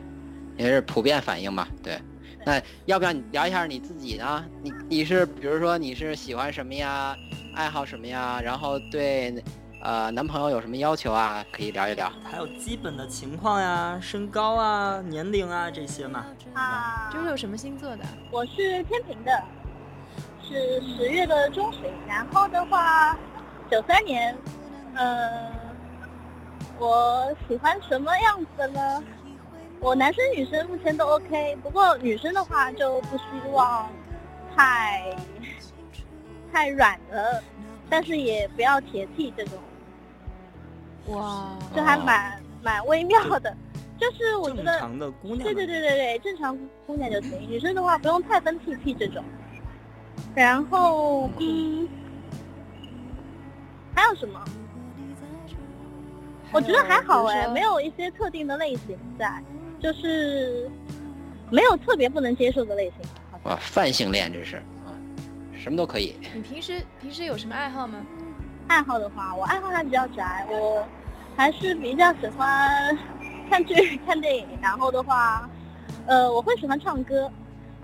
[SPEAKER 3] 也是普遍反应嘛。对，那要不要你聊一下你自己呢？你你是比如说你是喜欢什么呀，爱好什么呀，然后对呃男朋友有什么要求啊？可以聊一聊。
[SPEAKER 2] 还有基本的情况呀，身高啊、年龄啊这些嘛。
[SPEAKER 5] 啊，
[SPEAKER 1] 就是有什么星座的？
[SPEAKER 5] 我是天平的，是十月的中旬，然后的话，九三年，呃，我喜欢什么样子的呢？我男生女生目前都 OK，不过女生的话就不希望太太软的，但是也不要铁 T 这种，
[SPEAKER 1] 哇，
[SPEAKER 5] 就还
[SPEAKER 3] 哦
[SPEAKER 5] 蛮、蛮微妙的。就是我觉
[SPEAKER 2] 正
[SPEAKER 5] 得，
[SPEAKER 2] 常的姑娘。
[SPEAKER 5] 对对对对对，正常姑娘就行，女生的话不用太分 T T 这种。然后嗯，还有什么？我觉得还好哎，没有一些特定的类型在，就是没有特别不能接受的类型。好像
[SPEAKER 3] 哇，泛性恋这是啊，什么都可以。
[SPEAKER 1] 你平时平时有什么爱好吗？
[SPEAKER 5] 爱好的话，我爱好还比较宅，我还是比较喜欢看剧、 [LAUGHS] 看电影。然后的话，呃，我会喜欢唱歌。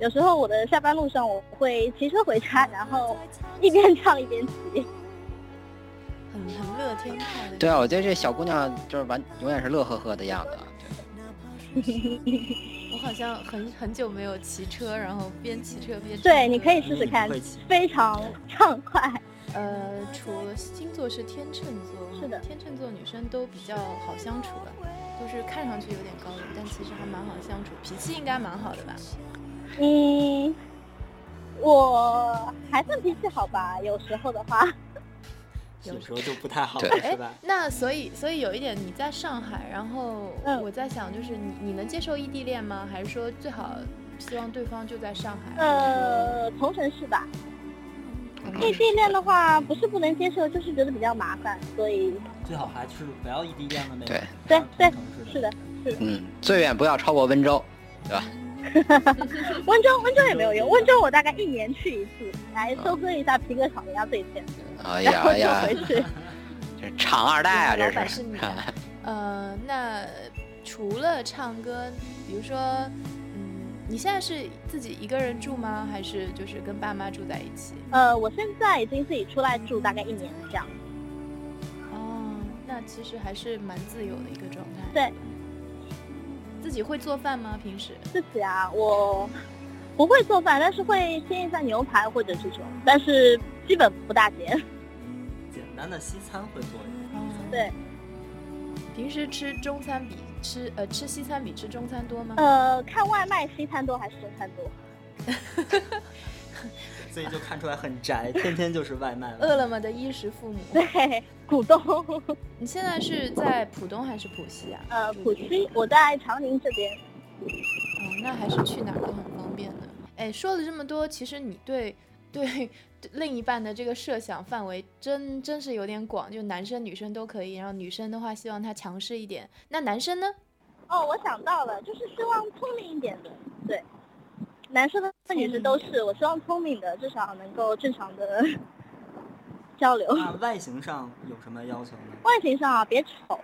[SPEAKER 5] 有时候我的下班路上，我会骑车回家，然后一边唱一边骑。
[SPEAKER 1] 很很乐天派的。
[SPEAKER 3] 对啊，我觉得这小姑娘就是完永远是乐呵呵的样子啊。
[SPEAKER 1] 我好像很很久没有骑车，然后边骑车边唱
[SPEAKER 5] 对，
[SPEAKER 1] 歌
[SPEAKER 5] 你可以试试看
[SPEAKER 2] 嗯会骑，
[SPEAKER 5] 非常畅快。
[SPEAKER 1] 呃，除了星座是天秤座，
[SPEAKER 5] 是的
[SPEAKER 1] 天秤座女生都比较好相处了，就是看上去有点高冷，但其实还蛮好相处，脾气应该蛮好的吧？
[SPEAKER 5] 嗯，我还算脾气好吧，有时候的话，
[SPEAKER 2] 有时候就不太好
[SPEAKER 3] 对
[SPEAKER 2] 了，是吧？
[SPEAKER 1] 那所以所以有一点，你在上海，然后
[SPEAKER 5] 嗯
[SPEAKER 1] 我在想，就是你你能接受异地恋吗？还是说最好希望对方就在上海？
[SPEAKER 5] 呃，同城市吧。
[SPEAKER 3] 嗯
[SPEAKER 5] 异地恋的话，不是不能接受，就是觉得比较麻烦，所以
[SPEAKER 2] 最好还是不要异地恋了呗。
[SPEAKER 3] 对
[SPEAKER 5] 对对，
[SPEAKER 2] 是
[SPEAKER 5] 是的。，
[SPEAKER 3] 嗯，最远不要超过温州，对吧？
[SPEAKER 5] 温州温州也没有用，温州我大概一年去一次，来收割一下皮革厂的压岁钱，
[SPEAKER 3] 哎
[SPEAKER 5] 然
[SPEAKER 3] 呀
[SPEAKER 5] 后
[SPEAKER 3] 哎
[SPEAKER 5] 就
[SPEAKER 3] 呀，
[SPEAKER 5] 回去。
[SPEAKER 3] [LAUGHS] 这厂二代啊，
[SPEAKER 1] 老
[SPEAKER 3] 这
[SPEAKER 1] 板
[SPEAKER 3] 是。
[SPEAKER 1] 是你啊。
[SPEAKER 3] [LAUGHS]
[SPEAKER 1] 呃，那除了唱歌，比如说，嗯，你现在是自己一个人住吗？还是就是跟爸妈住在一起？
[SPEAKER 5] 呃，我现在已经自己出来住大概一年这样，
[SPEAKER 1] 哦，那其实还是蛮自由的一个状态。
[SPEAKER 5] 对，
[SPEAKER 1] 自己会做饭吗？平时？
[SPEAKER 5] 自己啊，我不会做饭，但是会煎一下牛排或者这种，但是基本不大煎。 [LAUGHS]
[SPEAKER 2] 简单的西餐会做一
[SPEAKER 1] 哦，
[SPEAKER 5] 对，
[SPEAKER 1] 平时吃中餐比吃呃吃西餐比吃中餐多吗？
[SPEAKER 5] 呃，看外卖西餐多还是中餐多？
[SPEAKER 2] 点，所以就看出来很宅，天天就是外卖
[SPEAKER 6] 呃
[SPEAKER 2] 了。
[SPEAKER 1] 饿了么的衣食父母。
[SPEAKER 5] 对，股东，
[SPEAKER 1] 你现在是在浦东还是浦西啊？
[SPEAKER 5] 呃，
[SPEAKER 1] 住
[SPEAKER 5] 浦西，我在长宁这边。
[SPEAKER 1] 哦，那还是去哪儿都很方便的。哎，说了这么多，其实你对对另一半的这个设想范围真真是有点广，就男生女生都可以。然后女生的话，希望他强势一点。那男生呢？
[SPEAKER 5] 哦，我想到了，就是希望聪明一点的，对，男生和女生都是，我希望聪明的，至少能够正常的 [LAUGHS] 交流。
[SPEAKER 2] 那啊外形上有什么要求呢？
[SPEAKER 5] 外形上啊，别丑，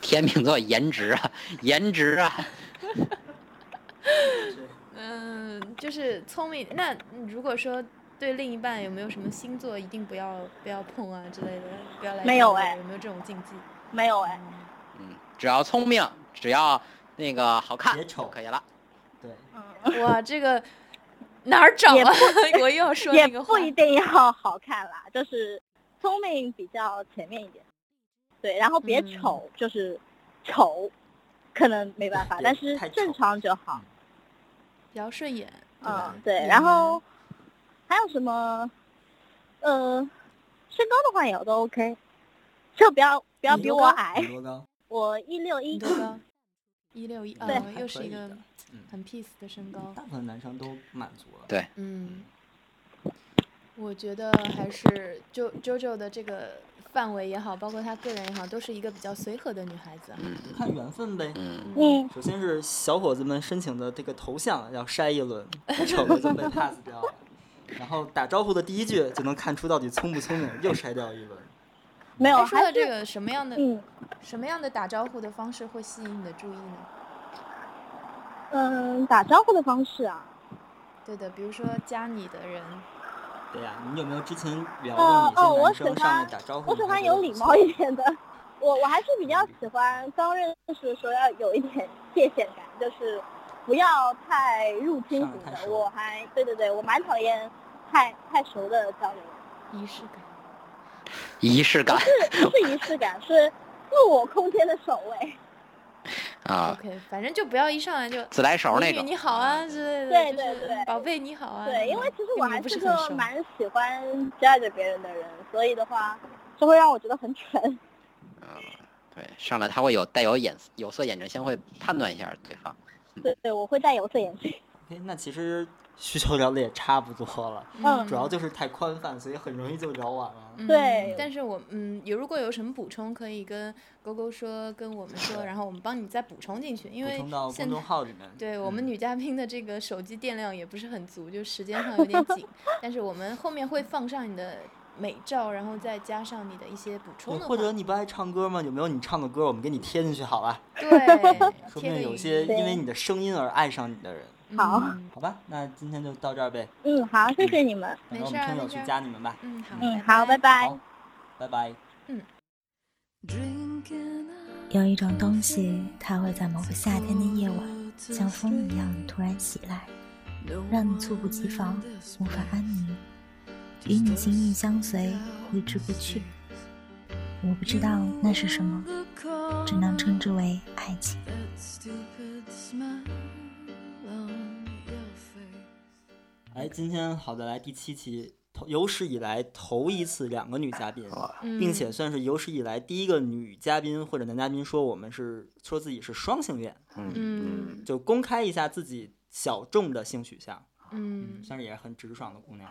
[SPEAKER 3] 天秤座颜值啊，颜值啊，
[SPEAKER 1] 嗯，就是聪明。那如果说对另一半有没有什么星座一定不要不要碰啊之类的，不要来
[SPEAKER 5] 没有
[SPEAKER 1] 交流
[SPEAKER 5] 哎
[SPEAKER 1] 有没有这种禁忌？
[SPEAKER 5] 没有哎，
[SPEAKER 3] 嗯，只要聪明，只要那个好看，
[SPEAKER 2] 别丑
[SPEAKER 3] 可以了。
[SPEAKER 2] 对，
[SPEAKER 5] 嗯，
[SPEAKER 1] 哇，这个哪儿找
[SPEAKER 5] 也
[SPEAKER 1] 啊？ [LAUGHS] 我又要说
[SPEAKER 5] 也
[SPEAKER 1] 那个
[SPEAKER 5] 不
[SPEAKER 1] 话。
[SPEAKER 5] 一定要好看啦，就是聪明比较前面一点，对，然后别
[SPEAKER 1] 嗯
[SPEAKER 5] 丑，就是丑，可能没办法，
[SPEAKER 2] 别
[SPEAKER 5] 但是
[SPEAKER 2] 太
[SPEAKER 5] 正
[SPEAKER 2] 丑
[SPEAKER 5] 常就好。
[SPEAKER 1] 比较顺眼，
[SPEAKER 5] 嗯
[SPEAKER 1] 吧，
[SPEAKER 5] 对，
[SPEAKER 1] 演员
[SPEAKER 5] 然后还有什么？呃，身高的话也都 OK，就不要不要
[SPEAKER 2] 你
[SPEAKER 5] 比
[SPEAKER 2] 多
[SPEAKER 5] 我
[SPEAKER 2] 高
[SPEAKER 5] 矮
[SPEAKER 2] 你，多高？
[SPEAKER 5] 我一六一
[SPEAKER 1] 你，多高？嗯 [LAUGHS] 一六一，
[SPEAKER 2] 对
[SPEAKER 1] 哦，又是一
[SPEAKER 2] 还可
[SPEAKER 1] 个
[SPEAKER 2] 以的嗯
[SPEAKER 1] 很 peace 的身高
[SPEAKER 2] 大。部分男生都满足了。
[SPEAKER 3] 对
[SPEAKER 1] 嗯，我觉得还是就 JoJo 的这个范围也好，包括她个人也好，都是一个比较随和的女孩子啊。
[SPEAKER 2] 看缘分呗。
[SPEAKER 3] 嗯，
[SPEAKER 6] 嗯，
[SPEAKER 2] 首先是小伙子们申请的这个头像要筛一轮，不丑的就被 pass
[SPEAKER 6] [LAUGHS]
[SPEAKER 2] 掉了。然后打招呼的第一句就能看出到底聪不聪明，又筛掉一轮。
[SPEAKER 6] 没有，哦
[SPEAKER 1] 哎说
[SPEAKER 6] 还
[SPEAKER 1] 到
[SPEAKER 6] 是
[SPEAKER 1] 这个什么样的
[SPEAKER 6] 嗯
[SPEAKER 1] 什么样的打招呼的方式会吸引你的注意呢？
[SPEAKER 6] 嗯，打招呼的方式啊，
[SPEAKER 1] 对的，比如说加你的人，
[SPEAKER 2] 对呀、你有没有之前聊
[SPEAKER 6] 哦
[SPEAKER 2] 过
[SPEAKER 6] 哦，
[SPEAKER 2] 哪
[SPEAKER 6] 我喜
[SPEAKER 2] 些男生上
[SPEAKER 6] 欢
[SPEAKER 2] 来打招呼？
[SPEAKER 6] 我喜欢有礼貌一点的，我我还是比较喜欢刚认识的时候要有一点界限感，就是不要太入侵
[SPEAKER 2] 上
[SPEAKER 6] 型
[SPEAKER 2] 来太
[SPEAKER 6] 的。
[SPEAKER 2] 熟
[SPEAKER 6] 我还对对对，我蛮讨厌太太熟的交流，
[SPEAKER 1] 仪式感。
[SPEAKER 3] 仪式感
[SPEAKER 6] 不是仪式感，是自我空间的守 [LAUGHS] 卫。
[SPEAKER 3] 啊，
[SPEAKER 1] OK，反正就不要一上来就
[SPEAKER 3] 自来熟那
[SPEAKER 1] 美女
[SPEAKER 3] 种
[SPEAKER 1] 你好啊之类的，
[SPEAKER 6] 对
[SPEAKER 1] 就
[SPEAKER 6] 对
[SPEAKER 1] 是
[SPEAKER 6] 对
[SPEAKER 1] 宝贝你好啊。
[SPEAKER 6] 对，因为其实我还
[SPEAKER 1] 不
[SPEAKER 6] 是
[SPEAKER 1] 是
[SPEAKER 6] 个
[SPEAKER 1] 很熟
[SPEAKER 6] 蛮喜欢 judge 别人的人，所以的话，这会让我觉得很蠢。 [LAUGHS]
[SPEAKER 3] 嗯，对，上来他会有带有眼有色眼镜，先会判断一下对方。
[SPEAKER 6] 对对，我会戴有色眼镜。
[SPEAKER 2] OK，那其实需求聊的也差不多了，
[SPEAKER 6] 嗯
[SPEAKER 2] 主要就是太宽泛，所以很容易就聊完了。
[SPEAKER 1] 嗯
[SPEAKER 6] 对
[SPEAKER 1] 但是我嗯，有如果有什么补充，可以跟勾勾说，跟我们说，然后我们帮你再补充进去，因
[SPEAKER 2] 补
[SPEAKER 1] 为
[SPEAKER 2] 充到
[SPEAKER 1] 现
[SPEAKER 2] 公
[SPEAKER 1] 在
[SPEAKER 2] 众号里面。
[SPEAKER 1] 对我们
[SPEAKER 2] 嗯
[SPEAKER 1] 女嘉宾的这个手机电量也不是很足，就时间上有点紧，但是我们后面会放上你的美照，然后再加上你的一些补充
[SPEAKER 2] 对，
[SPEAKER 1] 的
[SPEAKER 2] 或者
[SPEAKER 1] 话，
[SPEAKER 2] 你不爱唱歌吗？有没有你唱的歌，我们给你贴进去好吧？ [LAUGHS]
[SPEAKER 1] 对，
[SPEAKER 2] 说不
[SPEAKER 1] 贴
[SPEAKER 2] 定
[SPEAKER 1] 个
[SPEAKER 2] 有
[SPEAKER 1] 语
[SPEAKER 2] 些
[SPEAKER 1] 音
[SPEAKER 2] 因为你的声音而爱上你的人。
[SPEAKER 6] 好
[SPEAKER 1] 嗯
[SPEAKER 2] 好吧，那今天就到这儿呗，
[SPEAKER 6] 嗯，好，谢谢你们。
[SPEAKER 2] 等
[SPEAKER 1] 没
[SPEAKER 2] 着我
[SPEAKER 1] 事
[SPEAKER 2] 们
[SPEAKER 1] 儿
[SPEAKER 2] 听友
[SPEAKER 1] 没事
[SPEAKER 2] 去
[SPEAKER 1] 儿
[SPEAKER 2] 加你们吧。
[SPEAKER 1] 嗯好，
[SPEAKER 6] 嗯，好，拜拜。
[SPEAKER 2] 好，拜拜。
[SPEAKER 7] 有一种东西，它会在某个夏天的夜晚，像风一样突然袭来，让你猝不及防，无法安宁，与你心意相随，挥之不去。我不知道那是什么，只能称之为爱情。
[SPEAKER 2] 哎，今天好的来第七期，头有史以来头一次两个女嘉宾，
[SPEAKER 6] 啊
[SPEAKER 2] 并
[SPEAKER 1] 嗯
[SPEAKER 2] 且算是有史以来第一个女嘉宾或者男嘉宾说我们是说自己是双性恋，
[SPEAKER 1] 嗯
[SPEAKER 2] 就公开一下自己小众的性取向，
[SPEAKER 1] 嗯，
[SPEAKER 2] 算是也很直爽的姑娘。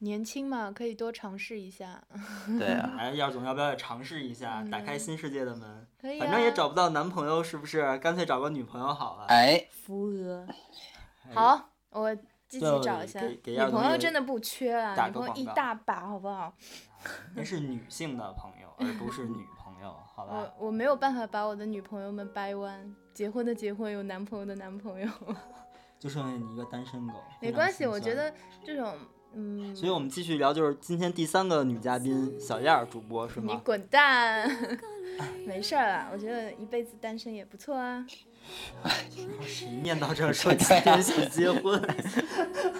[SPEAKER 1] 年轻嘛，可以多尝试一下，嗯
[SPEAKER 3] 对啊，
[SPEAKER 2] 哎，耀总要不要也尝试一下，打开新世界的门？
[SPEAKER 1] 可以、啊，
[SPEAKER 2] 反正也找不到男朋友，是不是？干脆找个女朋友好了。
[SPEAKER 3] 哎，
[SPEAKER 1] 扶额。
[SPEAKER 2] 哎，
[SPEAKER 1] 好，我积极
[SPEAKER 2] 对
[SPEAKER 1] 找一下。
[SPEAKER 2] 给给
[SPEAKER 1] 女
[SPEAKER 2] 亚东
[SPEAKER 1] 朋友
[SPEAKER 2] 也
[SPEAKER 1] 真的不缺啊，
[SPEAKER 2] 打
[SPEAKER 1] 女
[SPEAKER 2] 个
[SPEAKER 1] 朋友
[SPEAKER 2] 广
[SPEAKER 1] 一
[SPEAKER 2] 告
[SPEAKER 1] 大把，好不好？
[SPEAKER 2] 那是女性的朋友，而不是女朋友，好吧
[SPEAKER 1] 我？我没有办法把我的女朋友们掰弯，结婚的结婚，有男朋友的男朋友， [LAUGHS]
[SPEAKER 2] 就剩下你一个单身狗，
[SPEAKER 1] 没
[SPEAKER 2] 非常
[SPEAKER 1] 关系。
[SPEAKER 2] 心
[SPEAKER 1] 我觉
[SPEAKER 2] 酸
[SPEAKER 1] 得这种，嗯，
[SPEAKER 2] 所以我们继续聊，就是今天第三个女嘉宾小燕儿主播是
[SPEAKER 1] 你
[SPEAKER 2] 吗？
[SPEAKER 1] 滚蛋， [LAUGHS] 没事儿啦。我觉得一辈子单身也不错啊。 [LAUGHS]
[SPEAKER 2] 你念叨着说今天想
[SPEAKER 1] [LAUGHS]
[SPEAKER 2] 结婚，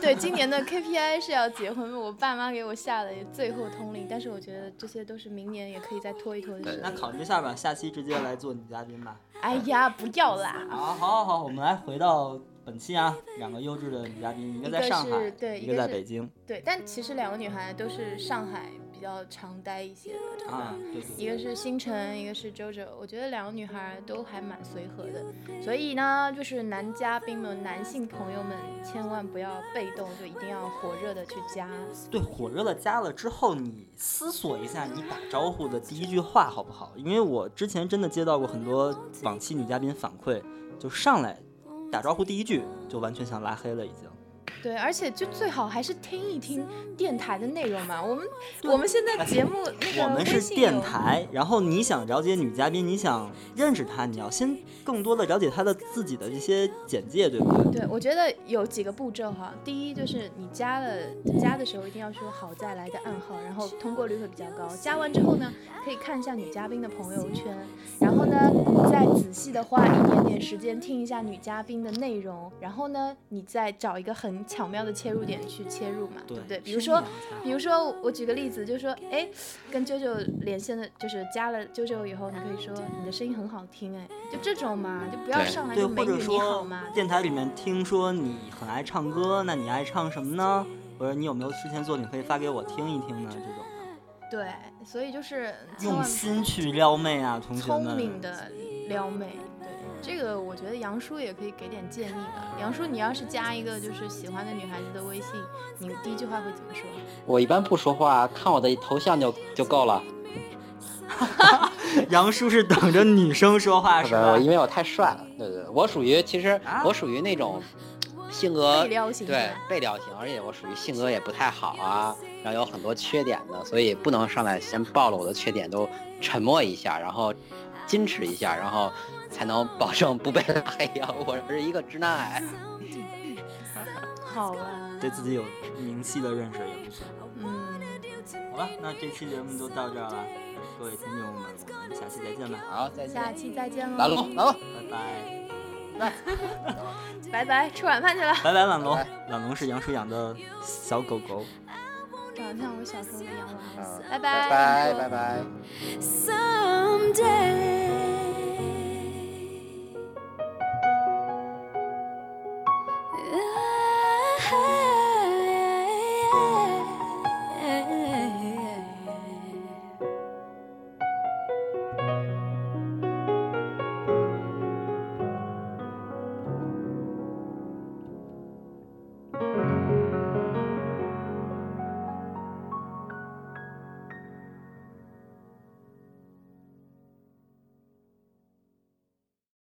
[SPEAKER 1] 对，今年的 KPI 是要结婚，我爸妈给我下了最后通令，但是我觉得这些都是明年也可以再拖一拖的事
[SPEAKER 2] 那
[SPEAKER 1] 情。
[SPEAKER 2] 考虑一下吧，下期直接来做女嘉宾吧。
[SPEAKER 1] 哎呀，不要啦。
[SPEAKER 2] 好，好，好，好，我们来回到本期啊，两个优质的女嘉宾，一个在
[SPEAKER 1] 一个
[SPEAKER 2] 上
[SPEAKER 1] 是
[SPEAKER 2] 海，
[SPEAKER 1] 对
[SPEAKER 2] 一
[SPEAKER 1] 一
[SPEAKER 2] 个
[SPEAKER 1] 个
[SPEAKER 2] 在
[SPEAKER 1] 是
[SPEAKER 2] 北京
[SPEAKER 1] 对，但其实两个女孩都是上海比较常待一些，
[SPEAKER 2] 啊，对对
[SPEAKER 1] 一
[SPEAKER 2] 对。
[SPEAKER 1] 个是星辰，一个是 JoJo。我觉得两个女孩都还蛮随和的，所以呢，就是男嘉宾们、男性朋友们千万不要被动，就一定要火热的去加。
[SPEAKER 2] 对，火热了加了之后，你思索一下你打招呼的第一句话好不好？因为我之前真的接到过很多往期女嘉宾反馈，就上来打招呼第一句就完全想拉黑了，已经。
[SPEAKER 1] 对，而且就最好还是听一听电台的内容嘛。我们我们现在节目那个
[SPEAKER 2] 哎我们是
[SPEAKER 1] 啊微信有
[SPEAKER 2] 电，台，然后你想了解女嘉宾，你想认识她，你要先更多的了解她的自己的这些简介，对不对？
[SPEAKER 1] 对，我觉得有几个步骤哈。第一就是你加了加的时候一定要说“好再来”的暗号，然后通过率会比较高。加完之后呢，可以看一下女嘉宾的朋友圈，然后呢，再仔细的花一点点时间听一下女嘉宾的内容，然后呢，你再找一个很巧妙的切入点去切入嘛，对不对？比如说。比如说，我举个例子，就是说，哎，跟 JoJo 连线的，就是加了 JoJo 以后，你可以说你的声音很好听，哎，就这种嘛，就不要
[SPEAKER 3] 对
[SPEAKER 1] 上来
[SPEAKER 2] 对，
[SPEAKER 1] 就
[SPEAKER 2] 或
[SPEAKER 1] 美
[SPEAKER 2] 者
[SPEAKER 1] 女你好
[SPEAKER 2] 说
[SPEAKER 1] 嘛，
[SPEAKER 2] 电台里面听说你很爱唱歌，那你爱唱什么呢？或者你有没有之前作品可以发给我听一听呢？这种
[SPEAKER 1] 对，所以就是千
[SPEAKER 2] 用
[SPEAKER 1] 万
[SPEAKER 2] 心去撩妹啊，同学
[SPEAKER 1] 聪明
[SPEAKER 2] 们。
[SPEAKER 1] 的撩妹，对，这个我觉得杨叔也可以给点建议吧。杨叔，你要是加一个就是喜欢的女孩子的微信，你第一句话会怎么说？
[SPEAKER 3] 我一般不说话，看我的头像就就够了。
[SPEAKER 2] [LAUGHS] 杨叔是等着女生说
[SPEAKER 1] 啊
[SPEAKER 2] 话
[SPEAKER 3] 不
[SPEAKER 2] 是
[SPEAKER 3] 是
[SPEAKER 2] 吧？
[SPEAKER 3] 因为我太帅了，对对，对我属于其实
[SPEAKER 2] 啊
[SPEAKER 3] 我属于那种性格
[SPEAKER 1] 被撩型是
[SPEAKER 3] 对
[SPEAKER 1] 吧
[SPEAKER 3] 被撩型，而且我属于性格也不太好啊，然后有很多缺点的，所以不能上来先暴露我的缺点，都沉默一下，然后矜持一下，然后才能保证不被拉黑啊。我是一个直男癌，
[SPEAKER 1] 好吧，
[SPEAKER 2] 对自己有明细的认识也不错。
[SPEAKER 1] 嗯，
[SPEAKER 2] 好了，那这期节目就到这儿了，各位听众们，我们下期再见吧，
[SPEAKER 3] 好，再
[SPEAKER 1] 下
[SPEAKER 3] 见，
[SPEAKER 1] 期再见
[SPEAKER 3] 来喽
[SPEAKER 1] 喽，
[SPEAKER 3] 来喽，
[SPEAKER 2] 拜拜，
[SPEAKER 1] 拜拜，吃晚饭去了。
[SPEAKER 2] 拜拜，懒龙
[SPEAKER 3] 拜，
[SPEAKER 2] 懒龙是杨叔养的小狗狗。
[SPEAKER 1] 长得像我小时候的洋娃娃
[SPEAKER 3] 嗯，
[SPEAKER 1] 拜
[SPEAKER 3] 拜
[SPEAKER 1] 拜
[SPEAKER 3] 拜拜拜。
[SPEAKER 4] Someday.